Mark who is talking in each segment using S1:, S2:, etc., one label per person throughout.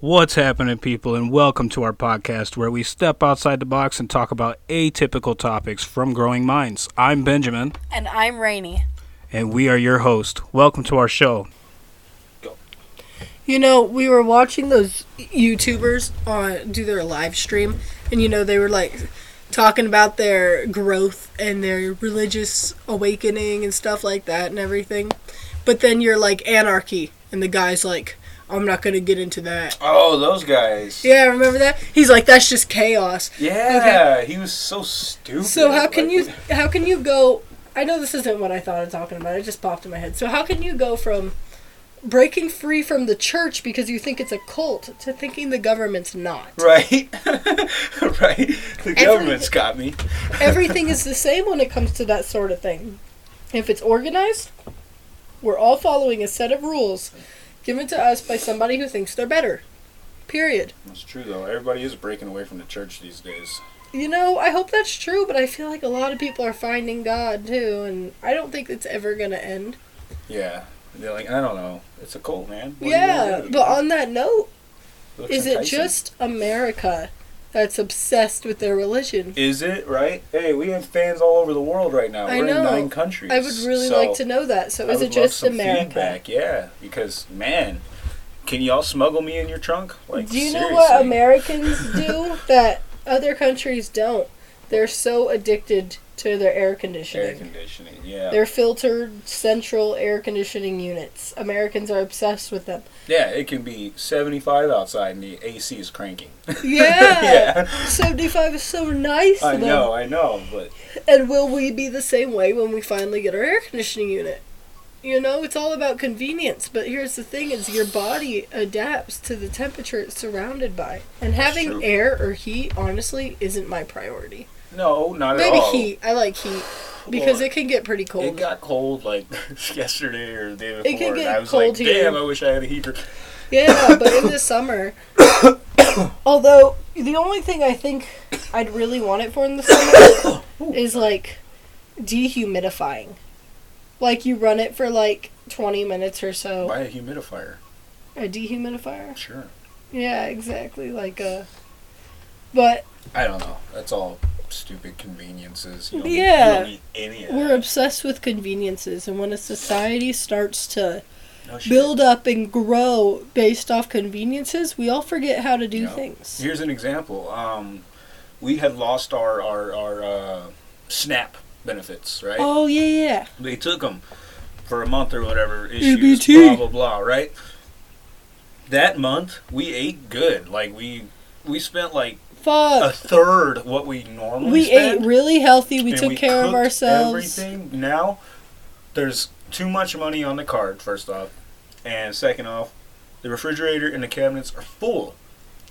S1: What's happening, people, and welcome to our podcast where we step outside the box and talk about atypical topics from growing minds. I'm Benjamin,
S2: And I'm Rainy.
S1: and we are your host. Welcome to our show.
S3: You know, we were watching those YouTubers on do their live stream, and you know they were like talking about their growth and their religious awakening and stuff like that and everything. But then you're like anarchy, and the guy's like, "I'm not gonna get into that."
S4: Oh, those guys.
S3: Yeah, remember that? He's like, "That's just chaos."
S4: Yeah, he was so stupid.
S3: So how can
S4: Like,
S3: you how can you go? I know this isn't what I thought of talking about. It just popped in my head. So how can you go from breaking free from the church because you think it's a cult to thinking the government's not?
S4: Right, right. The government's got me.
S3: Everything is the same when it comes to that sort of thing. If it's organized, we're all following a set of rules given to us by somebody who thinks they're better. Period.
S4: That's true though. Everybody is breaking away from the church these days.
S3: You know, I hope that's true, but I feel like a lot of people are finding God too, and I don't think it's ever going to end.
S4: Yeah, they're like, I don't know. It's a cult, man. What are you gonna
S3: Yeah,
S4: do?
S3: but on that note,
S4: Looks
S3: is it
S4: enticing.
S3: just America that's obsessed with their religion?
S4: Is it right? Hey, we have fans all over the world right now.
S3: I
S4: We're
S3: know.
S4: in nine countries.
S3: I would really
S4: so
S3: like to know that. So
S4: I
S3: is
S4: would
S3: it just
S4: love some
S3: America?
S4: Feedback. Yeah, because man, can y'all smuggle me in your trunk? Like,
S3: Do you
S4: seriously.
S3: know what Americans do that other countries don't? They're so addicted to their air conditioning.
S4: Air conditioning. Yeah.
S3: Their filtered central air conditioning units. Americans are obsessed with them.
S4: Yeah, it can be 75 outside and the AC is cranking.
S3: Yeah.
S4: yeah.
S3: 75 is so nice.
S4: I
S3: to them.
S4: know, I know, but
S3: And will we be the same way when we finally get our air conditioning unit? You know, it's all about convenience, but here's the thing is your body adapts to the temperature it's surrounded by. And having
S4: true.
S3: air or heat honestly isn't my priority.
S4: no, not
S3: Maybe
S4: at all.
S3: heat. I like heat because
S4: Well,
S3: it can get pretty cold.
S4: It got cold like yesterday or the day before.
S3: can
S4: and
S3: get
S4: I was
S3: cold
S4: like,
S3: here.
S4: damn, I wish I had a heater.
S3: Yeah, but in the summer. although the only thing I think I'd really want it for in the summer is like dehumidifying. Like you run it for like 20 minutes or so.
S4: Buy a humidifier,
S3: A dehumidifier?
S4: sure.
S3: Yeah, exactly. Like a. But
S4: I don't know. That's all stupid conveniences. You don't
S3: Yeah.
S4: Need, you don't need any of
S3: we're
S4: that.
S3: obsessed with conveniences, and when a society starts to
S4: No shit.
S3: build up and grow based off conveniences, we all forget how to do
S4: Yeah.
S3: things.
S4: Here's an example. Um, we had lost our our our uh, SNAP benefits, right?
S3: Oh, yeah, yeah.
S4: they took them for a month or whatever issues
S3: EBT.
S4: blah blah blah right that month we ate good like we we spent like a
S3: Fuck.
S4: third what we normally
S3: We ate
S4: spend,
S3: really healthy. We
S4: and
S3: took
S4: we
S3: care of
S4: cooked
S3: ourselves.
S4: everything now there's too much money on the card first off and second off the refrigerator and the cabinets are full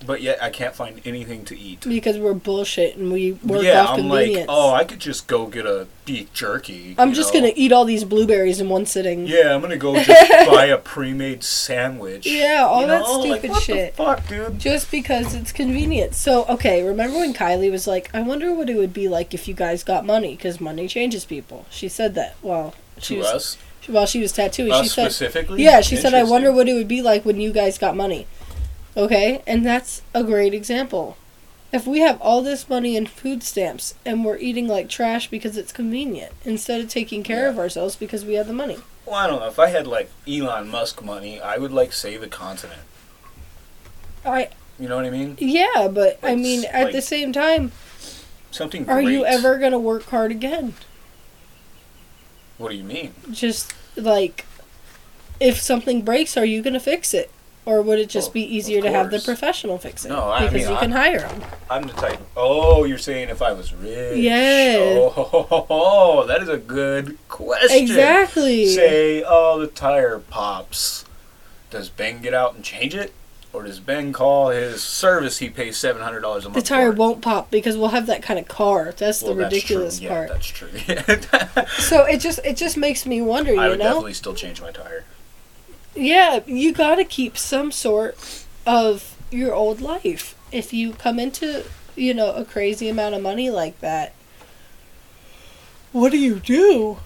S4: but yet i can't find anything to eat
S3: Because we're bullshit and we work
S4: yeah
S3: off
S4: i'm like
S3: convenience.
S4: oh i could just go get a beef jerky
S3: I'm
S4: you
S3: just
S4: know?
S3: gonna eat all these blueberries in one sitting.
S4: Yeah, I'm gonna go just buy a pre-made sandwich.
S3: Yeah, all
S4: You
S3: that
S4: know, like,
S3: stupid
S4: what the
S3: shit.
S4: fuck, dude.
S3: Just because it's convenient. So, okay, remember when Kylie was like, I wonder what it would be like if you guys got money, because money changes people. She said that while she
S4: To
S3: was
S4: us,
S3: while she was tattooing.
S4: us
S3: she said,
S4: specifically.
S3: yeah, she said, I
S4: Interesting.
S3: wonder what it would be like when you guys got money. Okay, and that's a great example. If we have all this money in food stamps and we're eating like trash because it's convenient instead of taking care
S4: Yeah.
S3: of ourselves because we have the money.
S4: Well, I don't know. If I had like Elon Musk money, I would like save a continent.
S3: I
S4: You know what I mean?
S3: yeah, but I
S4: Like,
S3: mean at the
S4: like,
S3: same time,
S4: Something.
S3: are you
S4: great.
S3: ever gonna work hard again?
S4: What do you mean?
S3: just like if something breaks are you going to fix it or would it just
S4: Oh,
S3: be
S4: of
S3: easier to have the
S4: course.
S3: professional fix it
S4: No, I
S3: because
S4: mean,
S3: you
S4: I-
S3: can hire them
S4: I'm the type. Oh, you're saying if I was rich?
S3: Yeah.
S4: Oh, ho, ho, ho, ho, that is a good question.
S3: exactly
S4: Say, oh, the tire pops. Does Ben get out and change it, or does Ben call his service? He pays seven hundred dollars a
S3: the
S4: month.
S3: tire
S4: for?
S3: won't pop because we'll have that kind of car that's the
S4: Well,
S3: ridiculous
S4: true.
S3: part
S4: Yeah, that's true. I
S3: so it just it just makes me wonder you
S4: would
S3: know
S4: definitely still change my tire.
S3: yeah you got to keep some sort of your old life if you come into you know a crazy amount of money like that what do you do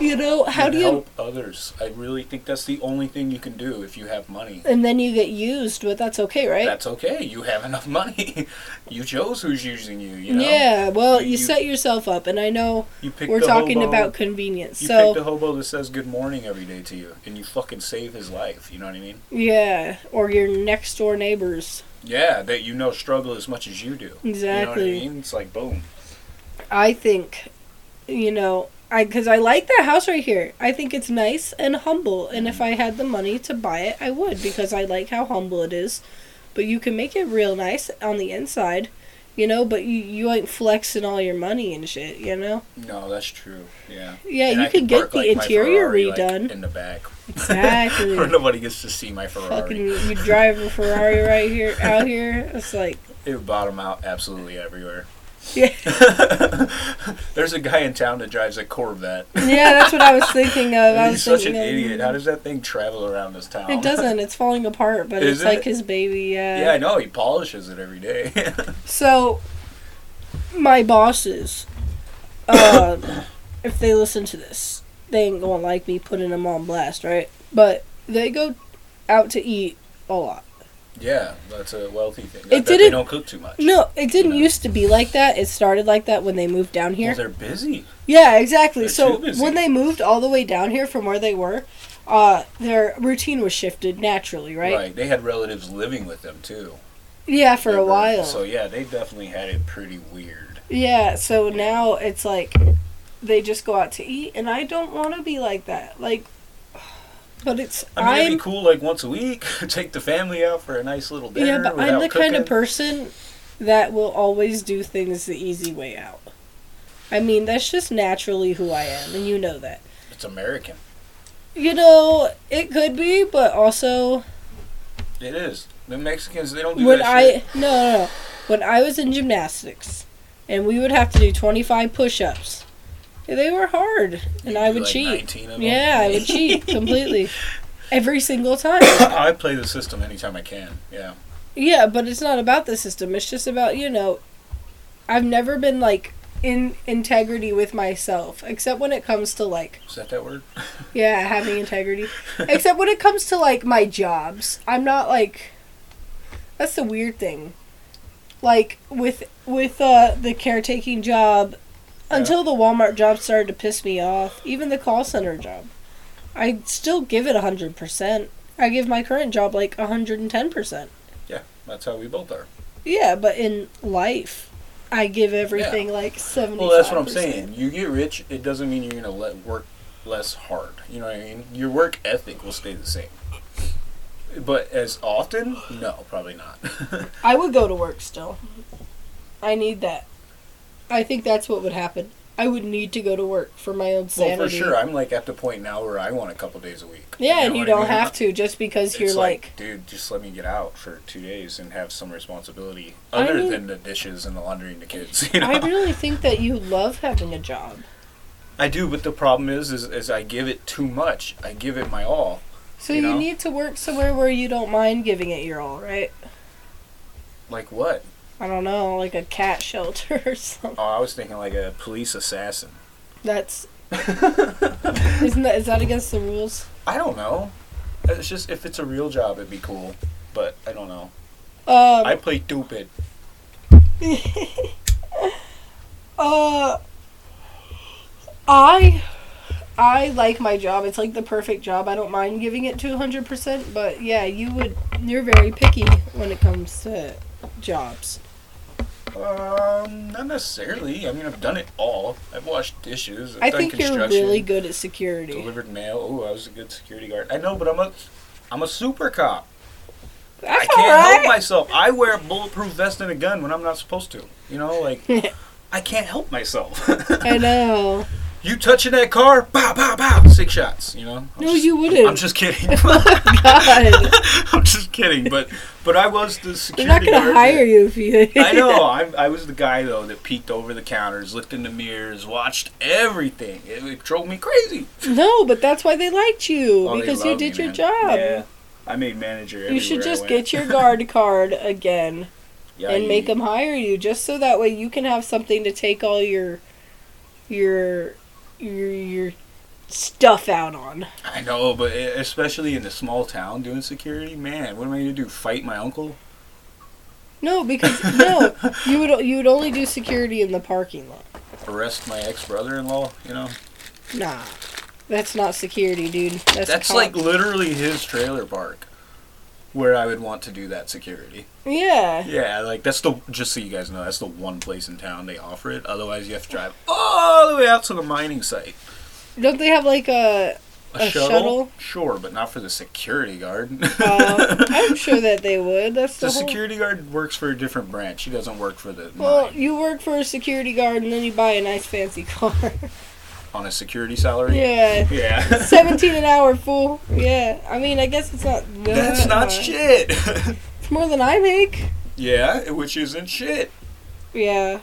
S3: You know, how
S4: and
S3: do you.
S4: help others? I really think that's the only thing you can do if you have money.
S3: And then you get used, but that's okay, right?
S4: That's okay. You have enough money. you chose who's using you. You know.
S3: Yeah, well, you,
S4: You-
S3: set yourself up, and I know
S4: You picked
S3: we're
S4: the
S3: talking
S4: hobo-
S3: about convenience.
S4: You
S3: so,
S4: pick the hobo that says good morning every day to you, and you fucking save his life. You know what I mean?
S3: yeah, or your next door neighbors.
S4: Yeah, that you know struggle as much as you do.
S3: Exactly.
S4: You know what I mean? It's like boom.
S3: I think, you know, I because I like that house right here. I think it's nice and humble, and if I had the money to buy it, I would because I like how humble it is. But you can make it real nice on the inside, you know. But you you ain't flexing all your money and shit, you know.
S4: No, that's true. Yeah.
S3: Yeah,
S4: And
S3: you
S4: I
S3: can get
S4: park,
S3: the
S4: like, my
S3: interior
S4: Ferrari, like,
S3: redone.
S4: in the back,
S3: exactly.
S4: where nobody gets to see my Ferrari.
S3: Fucking, you drive a Ferrari right here out here. It's like
S4: It would bottom out absolutely everywhere.
S3: Yeah.
S4: There's a guy in town that drives a Corvette.
S3: yeah, that's what I was thinking of. I was
S4: He's such an
S3: thinking of-
S4: idiot. How does that thing travel around this town?
S3: It doesn't. It's falling apart, but
S4: Is
S3: it's like
S4: it?
S3: his baby. Yeah.
S4: Yeah, I know. He polishes it every day.
S3: So, my bosses, uh, if they listen to this, they ain't gonna like me putting them on blast, right? But they go out to eat a lot.
S4: yeah, that's a wealthy thing. I
S3: It
S4: bet they
S3: didn't-
S4: don't cook too much.
S3: No, it didn't
S4: No.
S3: used to be like that. It started like that when they moved down here.
S4: Well, they're busy.
S3: Yeah, exactly.
S4: They're
S3: so
S4: too busy.
S3: when they moved all the way down here from where they were, uh, their routine was shifted naturally, right?
S4: They had relatives living with them too.
S3: Yeah, for a
S4: Remember?
S3: while.
S4: So yeah, they definitely had it pretty weird.
S3: Yeah, so now it's like they just go out to eat, and I don't want to be like that. Like, but it's
S4: I mean, it'd
S3: I'm
S4: be cool like once a week. Take the family out for a nice little dinner.
S3: yeah, but I'm
S4: without
S3: the kind of
S4: cooking.
S3: person that will always do things the easy way out. I mean, that's just naturally who I am, and you know that.
S4: It's American.
S3: You know, it could be, but also
S4: It is. The Mexicans they don't do
S3: when
S4: that
S3: I
S4: shit.
S3: no, no no when I was in gymnastics and we would have to do 25 push-ups. They were hard, and
S4: You
S3: I
S4: do,
S3: would
S4: like,
S3: cheat.
S4: 19 of them.
S3: Yeah, I would cheat completely every single time.
S4: I play the system anytime I can. Yeah.
S3: Yeah, but it's not about the system. It's just about, you know, I've never been like in integrity with myself except when it comes to like
S4: Is that that word?
S3: yeah, having integrity. except when it comes to like my jobs. I'm not like that's the weird thing. Like with with uh the caretaking job until the Walmart job started to piss me off, even the call center job. I still give it 100%. I give my current job like 110%.
S4: That's how we both are.
S3: Yeah, but in life, I give everything like 75%.
S4: Well, that's what I'm saying. You get rich, it doesn't mean you're gonna let work less hard. You know what I mean? Your work ethic will stay the same. But as often? No, probably not.
S3: I would go to work still. I need that. I think that's what would happen. I would need to go to work for my own
S4: well,
S3: sanity.
S4: for sure. I'm like at the point now where I want a couple days a week.
S3: Yeah, and
S4: know
S3: you
S4: what I
S3: don't
S4: mean?
S3: have to just because
S4: It's
S3: you're
S4: like,
S3: like,
S4: dude, just let me get out for two days and have some responsibility
S3: I
S4: other
S3: mean-
S4: than the dishes and the laundry and the kids. You know?
S3: I really think that you love having a job.
S4: I do, but the problem is, is, is I give it too much. I give it my all.
S3: So
S4: You
S3: you,
S4: know?
S3: need to work somewhere where you don't mind giving it your all, right?
S4: Like what?
S3: I don't know, like a cat shelter or something.
S4: Oh, I was thinking like a police assassin.
S3: That's isn't that is that against the rules?
S4: I don't know. It's just if it's a real job, it'd be cool. But I don't know.
S3: Um,
S4: I play stupid.
S3: Uh, I, I like my job. It's like the perfect job. I don't mind giving it to hundred percent. But yeah, you would. You're very picky when it comes to jobs.
S4: Um, not necessarily. I mean, I've done it all. I've washed dishes. I've
S3: I
S4: done
S3: think you're
S4: construction,
S3: really good at security.
S4: delivered mail. Oh, I was a good security guard. I know, but I'm a, I'm a super cop. I
S3: That's
S4: can't help
S3: alright.
S4: myself. I wear a bulletproof vest and a gun when I'm not supposed to. You know, like I can't help myself.
S3: I know.
S4: You touching that car? Pow, pow, pow. Six shots. You know. I'm
S3: No,
S4: just-
S3: you wouldn't.
S4: I'm just kidding.
S3: God,
S4: I'm just kidding. But but I was the
S3: they're
S4: security
S3: not gonna
S4: guard
S3: hire you if you.
S4: that- I know. I'm, I was the guy though that peeked over the counters, looked in the mirrors, watched everything. It, it drove me crazy.
S3: no, but that's why they liked you
S4: Oh, they
S3: because you
S4: love me,
S3: did your
S4: man.
S3: job.
S4: Yeah. I made manager.
S3: You should just get your guard card again. and make them hire you just so that way you can have something to take all your your your your stuff out on.
S4: I know, but e- especially in a small town doing security, man, what am I gonna do? Fight my uncle?
S3: No, because no, you would you would only do security in the parking lot.
S4: Arrest my ex brother in law? You know,
S3: Nah, that's not security, dude. That's,
S4: that's
S3: cop.
S4: like literally his trailer park, where I would want to do that security.
S3: yeah.
S4: Yeah, like that's the just so you guys know, that's the one place in town they offer it. Otherwise, you have to drive all the way out to the mining site.
S3: Don't they have like a?
S4: A,
S3: A
S4: shuttle?
S3: shuttle?
S4: sure, but not for the security guard.
S3: Uh, I'm sure that they would. That's the,
S4: the
S3: whole.
S4: security guard works for a different branch. He doesn't work for the
S3: well,
S4: mine
S3: you work for a security guard and then you buy a nice fancy car.
S4: on a security salary.
S3: yeah.
S4: Yeah.
S3: Seventeen an hour, fool. Yeah. I mean, I guess it's not. that
S4: That's not
S3: much.
S4: shit.
S3: It's more than I make.
S4: yeah, which isn't shit.
S3: Yeah.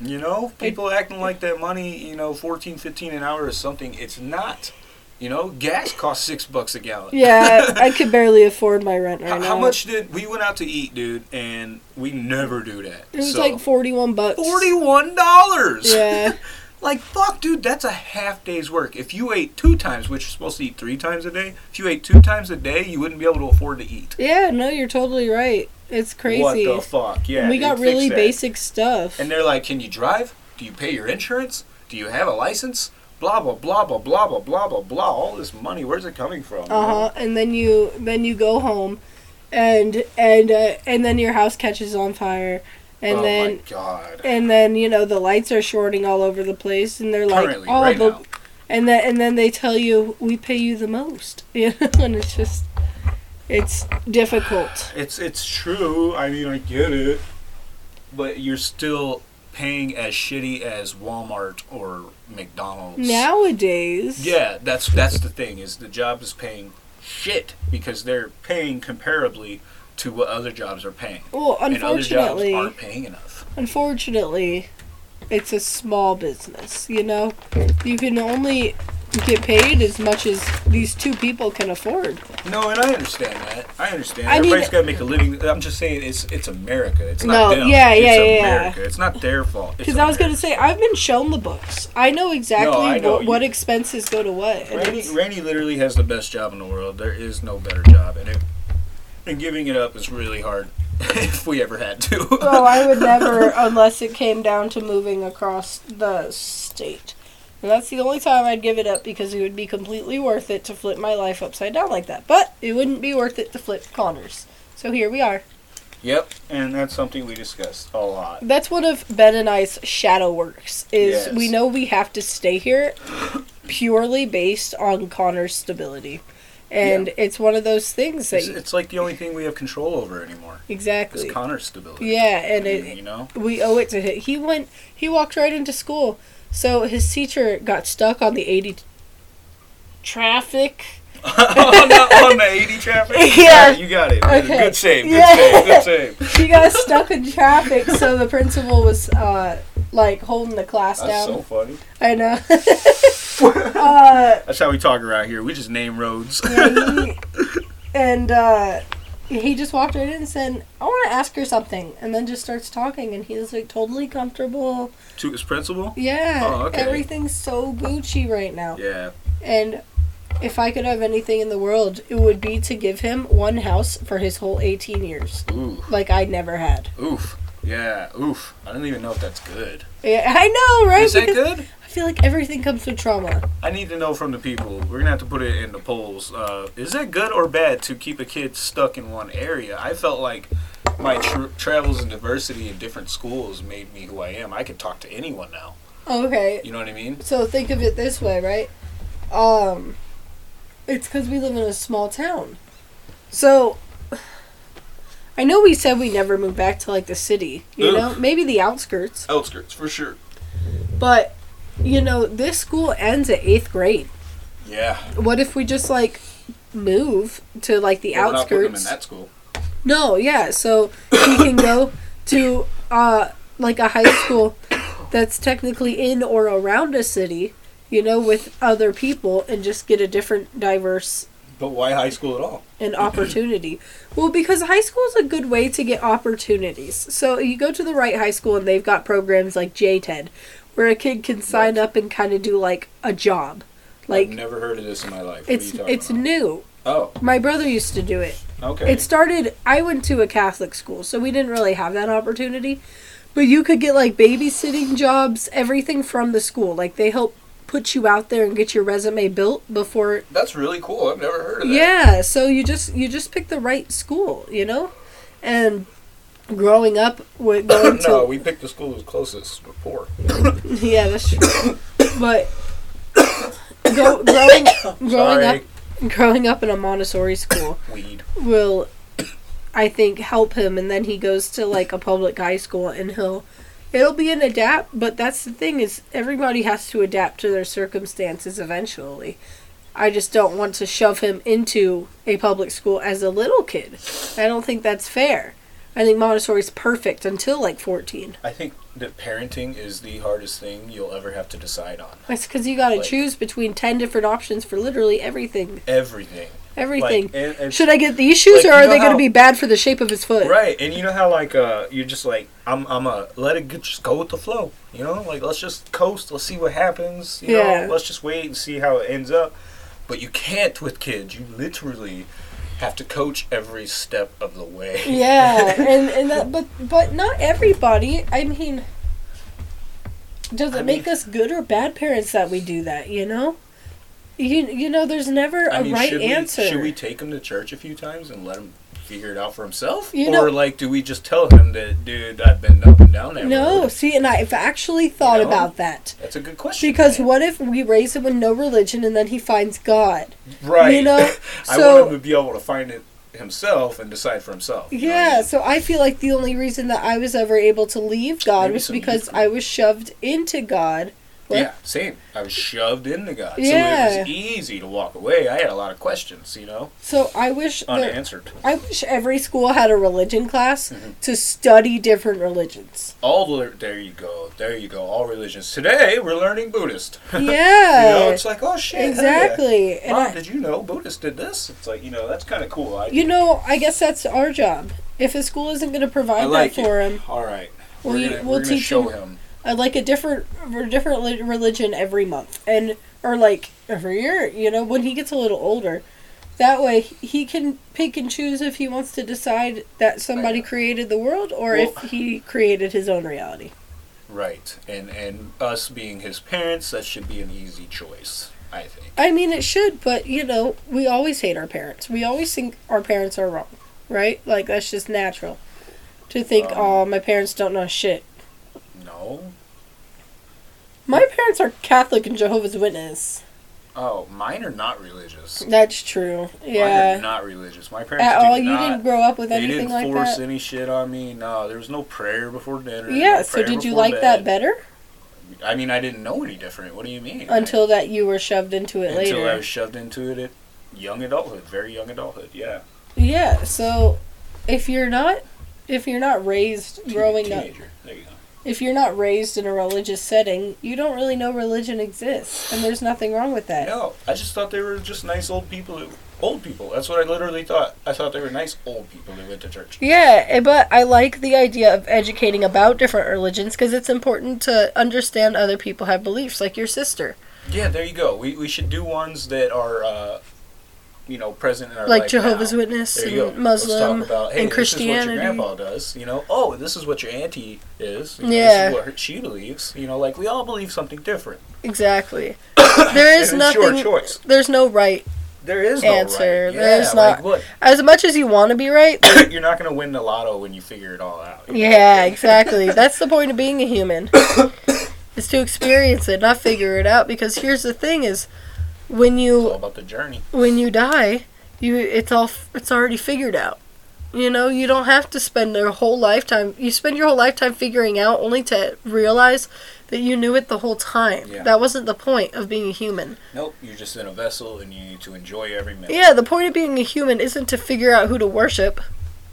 S4: You know, people acting like that money, you know, 14, 15 an hour is something. It's not. You know, gas costs six bucks a gallon.
S3: Yeah. I could barely afford my rent right
S4: How,
S3: now.
S4: how much did we went out to eat, dude? And we never do that.
S3: It was
S4: So,
S3: like forty-one bucks.
S4: forty-one dollars.
S3: Yeah.
S4: like fuck, dude. That's a half day's work. If you ate two times, which you're supposed to eat three times a day, if you ate two times a day, you wouldn't be able to afford to eat.
S3: Yeah, no, you're totally right. It's crazy.
S4: What the fuck? Yeah.
S3: we
S4: dude,
S3: got
S4: fix
S3: really
S4: that.
S3: basic stuff.
S4: And they're like, can you drive? Do you pay your insurance? Do you have a license? Blah blah blah blah blah blah blah blah blah. All this money, where's it coming from?
S3: uh huh. And then you then you go home, and and uh, and then your house catches on fire, and
S4: oh
S3: then
S4: my god.
S3: and then you know the lights are shorting all over the place, and they're like
S4: Currently,
S3: all
S4: right
S3: the,
S4: now.
S3: and then and then they tell you we pay you the most, you know, and it's just it's difficult.
S4: It's it's true. I mean, I get it, but you're still paying as shitty as Walmart or McDonald's.
S3: Nowadays,
S4: Yeah, that's that's the thing is the job is paying shit because they're paying comparably to what other jobs are paying,
S3: Well,
S4: and other jobs
S3: unfortunately,
S4: aren't paying enough.
S3: unfortunately, it's a small business, you know? You can only get paid as much as these two people can afford.
S4: No, and I understand that. I understand.
S3: I mean-
S4: Everybody's got to make a living. I'm just saying it's it's America. It's not
S3: No,
S4: them.
S3: yeah,
S4: it's
S3: yeah, yeah, yeah.
S4: America. It's not their fault. It's
S3: Because I was going to
S4: America.
S3: say, I've been shown the books. I know exactly
S4: I know.
S3: What, what
S4: You-
S3: expenses go to what. And
S4: Randy,
S3: it's-
S4: Randy literally has the best job in the world. There is no better job, and it, and giving it up is really hard. if we ever had to.
S3: oh, I would never, unless it came down to moving across the state. And that's the only time I'd give it up because it would be completely worth it to flip my life upside down like that. But it wouldn't be worth it to flip Connor's. So here we are.
S4: Yep, and that's something we discussed a lot.
S3: That's one of Ben and I's shadow works. Is
S4: Yes.
S3: we know we have to stay here purely based on Connor's stability, and
S4: Yeah.
S3: it's one of those things that
S4: It's, it's like the only thing we have control over anymore is
S3: exactly.
S4: Connor's stability.
S3: yeah, and
S4: you
S3: it,
S4: know.
S3: we owe it to him. He went. He walked right into school, so his teacher got stuck on the eighty t- traffic.
S4: on, the, on the 80 traffic?
S3: Yeah.
S4: You got it.
S3: Okay.
S4: Good save. Good
S3: Yeah.
S4: save. Good save.
S3: She got stuck in traffic, so the principal was uh, like holding the class
S4: That's
S3: down.
S4: so funny.
S3: I know. uh,
S4: That's how we talk around here. We just name roads.
S3: and he, and, uh, he just walked right in and said, "I want to ask her something," and then just starts talking, and he's like totally comfortable.
S4: to his principal?
S3: Yeah,
S4: Oh, okay.
S3: everything's so Gucci right now.
S4: Yeah.
S3: And if I could have anything in the world, it would be to give him one house for his whole eighteen years,
S4: Ooh.
S3: like I never had.
S4: Oof. Yeah. Oof. I don't even know if that's good.
S3: Yeah, I know, right?
S4: Is that
S3: Because
S4: good?
S3: I feel like everything comes with trauma.
S4: I need to know from the people. We're gonna have to put it in the polls. Uh, is that good or bad to keep a kid stuck in one area? I felt like my tr- travels and diversity in different schools made me who I am. I could talk to anyone now.
S3: Okay,
S4: You know what I mean?
S3: So think of it this way, right? Um, it's because we live in a small town. So I know we said we never move back to like the city, you know,
S4: Oof.
S3: maybe the outskirts.
S4: Outskirts for sure.
S3: But you know, this school ends at eighth grade.
S4: Yeah.
S3: What if we just like move to like the
S4: Well, we're not putting them in
S3: outskirts?
S4: that school.
S3: No, yeah. So he can go to uh like a high school that's technically in or around a city, you know, with other people and just get a different diverse
S4: But why high school at all?
S3: an opportunity. Well, because high school is a good way to get opportunities. So you go to the right high school and they've E got programs like JTED where a kid can sign up and kind of do like a job. Like
S4: Like, I've never heard of this in my life. What are
S3: it's
S4: you talking
S3: it's
S4: about?
S3: new.
S4: Oh,
S3: My brother used to do it.
S4: okay.
S3: It started. I went to a Catholic school, so we didn't really have that opportunity. But you could get like babysitting jobs, everything from the school. Like they help put you out there and get your resume built before.
S4: That's really cool. I've never heard of that.
S3: Yeah, so you just you just pick the right school, you know. And growing up with going to
S4: no, we picked the school that was closest. We're poor.
S3: yeah, that's true. but go, growing growing
S4: Sorry,
S3: up growing up in a Montessori school.
S4: weed.
S3: will I think help him and then he goes to like a public high school and he'll it'll be an adapt but that's the thing is everybody has to adapt to their circumstances eventually. I just don't want to shove him into a public school as a little kid. I don't think that's fair. I think Montessori's perfect until like 14.
S4: I think that parenting is the hardest thing you'll ever have to decide on.
S3: That's cuz you got to
S4: Like-
S3: choose between 10 different options for literally everything.
S4: Everything.
S3: Everything.
S4: Like, and, and
S3: Should I get these shoes
S4: like,
S3: or
S4: you
S3: are
S4: know
S3: they going
S4: how-
S3: to be bad for the shape of his foot?
S4: Right, and you know how like uh, you're just like I'm, I'm a let it go, just go with the flow. You know, like let's just coast, let's see what happens. You
S3: Yeah.
S4: know, let's just wait and see how it ends up. But you can't with kids. You literally have to coach every step of the way.
S3: Yeah, and and that, but but not everybody. I mean, does it
S4: I
S3: make us good or bad parents that we do that? You know, you you know, there's never a
S4: I mean,
S3: right
S4: should
S3: answer.
S4: We, should we take him to church a few times and let him figure it out for himself,
S3: You
S4: or
S3: know-
S4: like, do we just tell him that, dude, I've been up and down there?
S3: no, see, and I've actually thought
S4: No.
S3: about that
S4: that's a good question.
S3: because
S4: man.
S3: what if we raise him with no religion and then he finds God?
S4: right?
S3: you know,
S4: I
S3: so-
S4: want him to be able to find it himself and decide for himself. you know what I
S3: Yeah,
S4: mean?
S3: so I feel like the only reason that I was ever able to leave God
S4: Maybe
S3: was
S4: some youth
S3: because
S4: group.
S3: I was shoved into God. What?
S4: Yeah, same. I was shoved into God, so
S3: Yeah.
S4: it was easy to walk away. I had a lot of questions, you know,
S3: So I wish that
S4: unanswered.
S3: I wish every school had a religion class
S4: Mm-hmm.
S3: to study different religions.
S4: All the there you go, there you go. All religions. Today we're learning Buddhist. You
S3: Yeah.
S4: know, it's like oh shit, hell yeah.
S3: exactly. And
S4: Mom,
S3: I,
S4: did you know Buddhists did this? It's like you know that's kind of cool. I,
S3: you know, I guess that's our job. If a school isn't going to provide
S4: I like
S3: that for
S4: it.
S3: him,
S4: All right,
S3: We'll
S4: we're
S3: you-
S4: gonna,
S3: we'll
S4: we're gonna
S3: teach
S4: show
S3: him.
S4: him.
S3: I'd like a different a different li- religion every month and or like every year, you know, when he gets a little older. That way he can pick and choose if he wants to decide that somebody created the world or
S4: Well-
S3: if he created his own reality.
S4: Right, and and us being his parents, that should be an easy choice. I think.
S3: I mean, it should, but you know, we always hate our parents. We always think our parents are wrong, right? Like that's just natural to think,
S4: Um,
S3: oh, my parents don't know shit.
S4: No.
S3: My parents are Catholic and Jehovah's Witness.
S4: Oh, mine are not religious.
S3: That's true.
S4: Mine are
S3: Yeah.
S4: not religious. My parents
S3: At
S4: did
S3: all, you
S4: not-
S3: didn't grow up with
S4: They
S3: anything
S4: didn't
S3: like
S4: force
S3: that.
S4: any shit on me. No, there was no prayer before dinner.
S3: Yeah.
S4: no
S3: So
S4: prayer
S3: did you
S4: before
S3: like that
S4: bed.
S3: better
S4: I mean, I didn't know any different. What do you mean?
S3: until that you were shoved into
S4: I,
S3: it
S4: until
S3: later?
S4: I was shoved into it at young adulthood, very young adulthood. Yeah,
S3: yeah. So if you're not, if you're not raised
S4: Teen-
S3: growing up,
S4: teenager. There you go.
S3: if you're not raised in a religious setting, you don't really know religion exists, and there's nothing wrong with that.
S4: No, I just thought they were just nice old people. Who, old people. That's what I literally thought. I thought they were nice old people who went to church.
S3: Yeah, eh, but I like the idea of educating about different religions because it's important to understand other people have beliefs, like your sister,
S4: Yeah, there you go. We, we should do ones that are, uh, you know, present in our
S3: like
S4: life
S3: Jehovah's
S4: now.
S3: Witness
S4: There you go.
S3: and
S4: Let's
S3: Muslim
S4: talk about, hey,
S3: and
S4: This
S3: Christianity.
S4: is what your grandpa does. You know, oh, this is what your auntie is. You know,
S3: Yeah.
S4: This is what her, she believes. You know, like we all believe something different.
S3: exactly. there is
S4: And it's your
S3: nothing.
S4: choice.
S3: There's no right.
S4: There is no
S3: Answer.
S4: Right. Yeah,
S3: There's
S4: like,
S3: not-
S4: What?
S3: As much as you want to be right.
S4: You're not going to win the lotto when you figure it all out.
S3: Yeah, exactly. That's the point of being a human. is to experience it, not figure it out. Because here's the thing: is when
S4: It's
S3: you
S4: all about the journey.
S3: when you die, you it's all it's already figured out. You know, you don't have to spend your whole lifetime. You spend your whole lifetime figuring out only to realize that you knew it the whole time.
S4: Yeah.
S3: That wasn't the point of being a human.
S4: Nope, you're just in a vessel and you need to enjoy every minute.
S3: Yeah, the point of being a human isn't to figure out who to worship.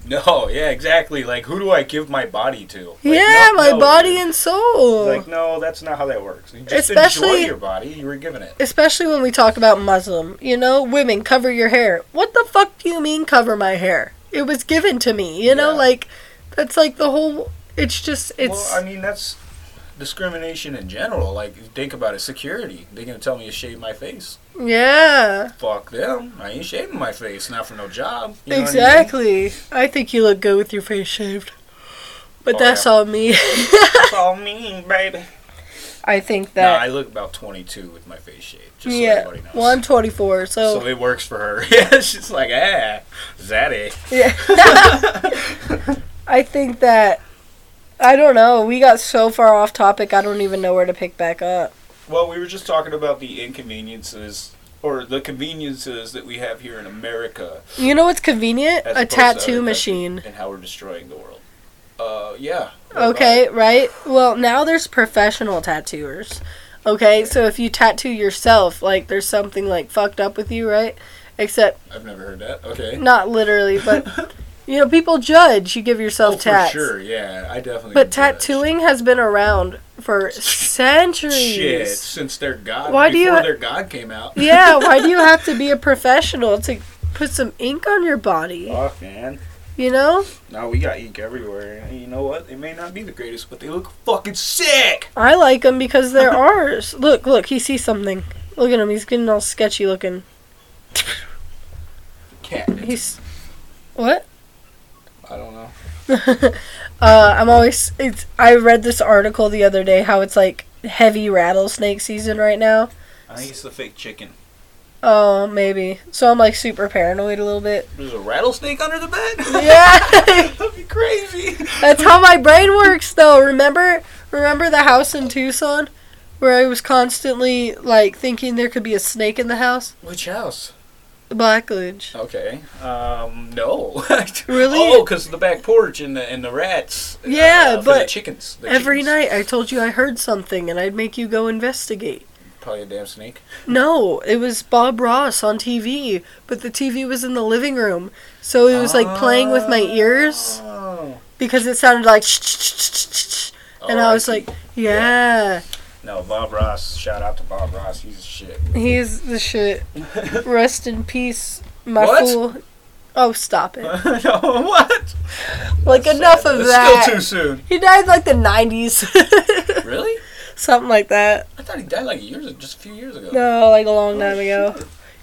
S4: No, yeah, exactly. Like, who do I give my body to? Like,
S3: yeah,
S4: no-
S3: my
S4: no,
S3: body
S4: dude.
S3: and soul.
S4: Like, no, that's not how that works. You just
S3: Especially-
S4: enjoy your body. You were given it.
S3: Especially when we talk about Muslim, you know, women cover your hair. What the fuck do you mean cover my hair? It was given to me, you know,
S4: Yeah.
S3: like that's like the whole. It's just it's.
S4: well, I mean, that's discrimination in general. Like, think about it. Security. They're gonna tell me to shave my face.
S3: Yeah.
S4: Fuck them. I ain't shaving my face. Not for no job. You know what I mean?
S3: exactly. I think you look good with your face shaved. But
S4: Oh,
S3: that's
S4: yeah.
S3: all me.
S4: That's all mean, baby.
S3: I think
S4: No,
S3: that.
S4: I look about 22 with my face shaved. Just so
S3: yeah.
S4: everybody knows.
S3: well, I'm 24, so.
S4: So it works for her. Yeah, she's like, ah, is that it?
S3: yeah. I think that. I don't know. We got so far off topic, I don't even know where to pick back up.
S4: Well, we were just talking about the inconveniences or the conveniences that we have here in America.
S3: You know what's convenient?
S4: as
S3: A
S4: opposed to other
S3: tattoo
S4: countries
S3: machine.
S4: And how we're destroying the world. Uh, yeah. What about
S3: Okay,
S4: it?
S3: right? Well, now there's professional tattooers. Okay, so if you tattoo yourself, like there's something like fucked up with you, right? Except
S4: I've never heard that. Okay.
S3: not literally, but you know, people judge. You give yourself
S4: Oh, for
S3: tats.
S4: sure. Yeah, I definitely.
S3: But
S4: can do that
S3: tattooing has been around for centuries.
S4: Shit, since their god.
S3: Why do
S4: before
S3: you ha-
S4: their god came out.
S3: Yeah, why do you have to be a professional to put some ink on your body?
S4: Fuck, man.
S3: You know?
S4: No, we got ink everywhere. And you know what? They may not be the greatest, but they look fucking sick.
S3: I like them because they're ours. Look, look, he sees something. Look at him. He's getting all sketchy looking.
S4: Cat.
S3: He's what?
S4: I don't know.
S3: Uh, I'm always. It's. I read this article the other day how it's like heavy rattlesnake season right now.
S4: I think it's the fake chicken.
S3: Oh, maybe. So I'm like super paranoid a little bit.
S4: There's a rattlesnake under the bed?
S3: Yeah,
S4: That'd be crazy.
S3: that's how my brain works though. Remember, remember the house in Tucson where I was constantly like thinking there could be a snake in the house.
S4: Which house?
S3: The Blackledge.
S4: Okay. Um, no.
S3: Really?
S4: Oh, because the back porch and the and the rats. uh,
S3: Yeah,
S4: for the
S3: but
S4: chickens. The
S3: Every
S4: chickens.
S3: night I told you I heard something and I'd make you go investigate.
S4: Probably a damn snake.
S3: No, it was Bob Ross on TV, but the TV was in the living room. So it was like playing with my ears
S4: Oh.
S3: because it sounded like shh, shh, shh, shh, shh, shh. and
S4: Oh,
S3: I was
S4: see.
S3: like, yeah,
S4: No, Bob Ross. Shout out to Bob Ross. He's the shit.
S3: he's the shit. Rest in peace, my
S4: What?
S3: fool. Oh, stop it.
S4: no, what?
S3: Like enough of
S4: It's
S3: that.
S4: still too soon.
S3: he died like the 90s.
S4: Really?
S3: Something like that.
S4: I thought he died like years, just a few years ago.
S3: No, like a long time ago.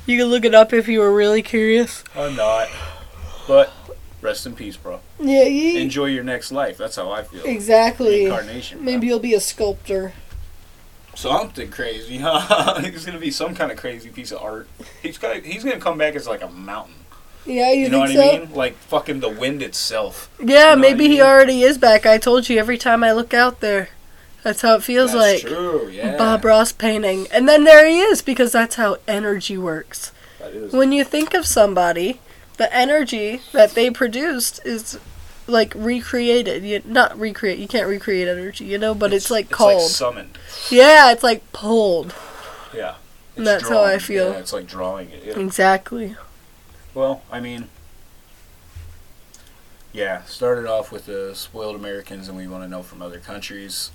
S3: You can look it up if you were really curious.
S4: I'm not. But rest in peace, bro.
S3: Yeah, yeah.
S4: Enjoy your next life. That's how I feel.
S3: Exactly.
S4: Reincarnation. bro.
S3: Maybe you'll be a sculptor.
S4: something crazy, huh? It's gonna be some kind of crazy piece of art. He's gonna he's gonna come back as like a mountain.
S3: Yeah, you,
S4: You, know what
S3: think so?
S4: I mean? Like fucking the wind itself.
S3: Yeah,
S4: You know
S3: maybe
S4: what I
S3: he
S4: mean?
S3: already is back. I told you every time I look out there, that's how it feels
S4: That's
S3: like.
S4: true. Yeah.
S3: Bob Ross painting, and then there he is because that's how energy works.
S4: That is.
S3: When you think of somebody, the energy that they produced is like recreated. You not recreate. You can't recreate energy, you know. But it's, like called.
S4: summoned.
S3: yeah, it's like pulled.
S4: Yeah.
S3: And that's how I feel.
S4: Yeah, it's like drawing it. Yeah.
S3: Exactly.
S4: Well, I mean. Yeah, started off with the spoiled Americans, and we want to know from other countries.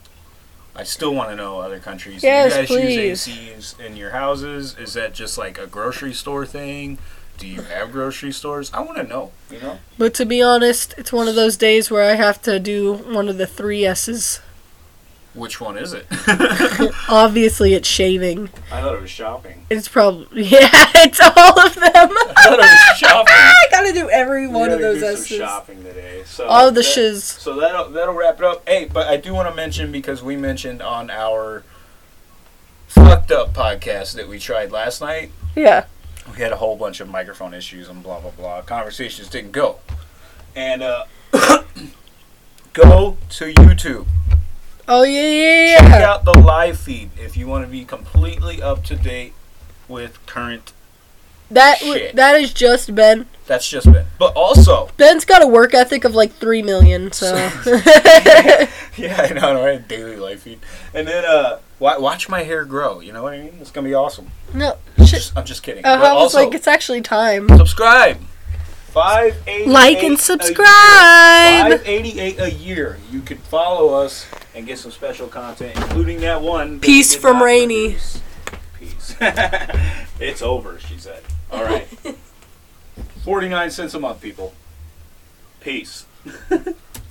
S4: I still want to know other countries. Do
S3: Yes,
S4: you guys
S3: please.
S4: use ACs in your houses? Is that just like a grocery store thing? Do you have grocery stores? I want to know. You know.
S3: But to be honest, it's one of those days where I have to do one of the three S's.
S4: Which one is it?
S3: Obviously, it's shaving.
S4: I thought it was shopping.
S3: It's probably yeah. It's all of them.
S4: I thought it was shopping.
S3: I gotta do every one of
S4: We
S3: those
S4: gotta do some
S3: S's.
S4: shopping today. So
S3: All the
S4: that-
S3: shiz.
S4: So that'll that'll wrap it up. Hey, but I do want to mention because we mentioned on our fucked up podcast that we tried last night,
S3: Yeah.
S4: we had a whole bunch of microphone issues and blah blah blah. Conversations didn't go. And uh, go to YouTube.
S3: Oh yeah, yeah,
S4: Check
S3: yeah.
S4: out the live feed if you want to be completely up to date with current.
S3: That w-
S4: Shit.
S3: that is just Ben.
S4: That's just been. But also,
S3: Ben's got a work ethic of like three million. So
S4: yeah, I know. I had daily life feed, and then uh, wa- watch my hair grow. You know what I mean? It's gonna be awesome.
S3: no, shit.
S4: Just- I'm just kidding.
S3: Uh,
S4: But
S3: I was
S4: also,
S3: like, it's actually time.
S4: subscribe. Five eighty
S3: Like and subscribe.
S4: Five eighty eight a year. You can follow us and get some special content, including that one. that we
S3: Peace
S4: did
S3: from
S4: not
S3: Rainy.
S4: produce. Peace. it's over. She said. All right. Forty nine cents a month, people. Peace.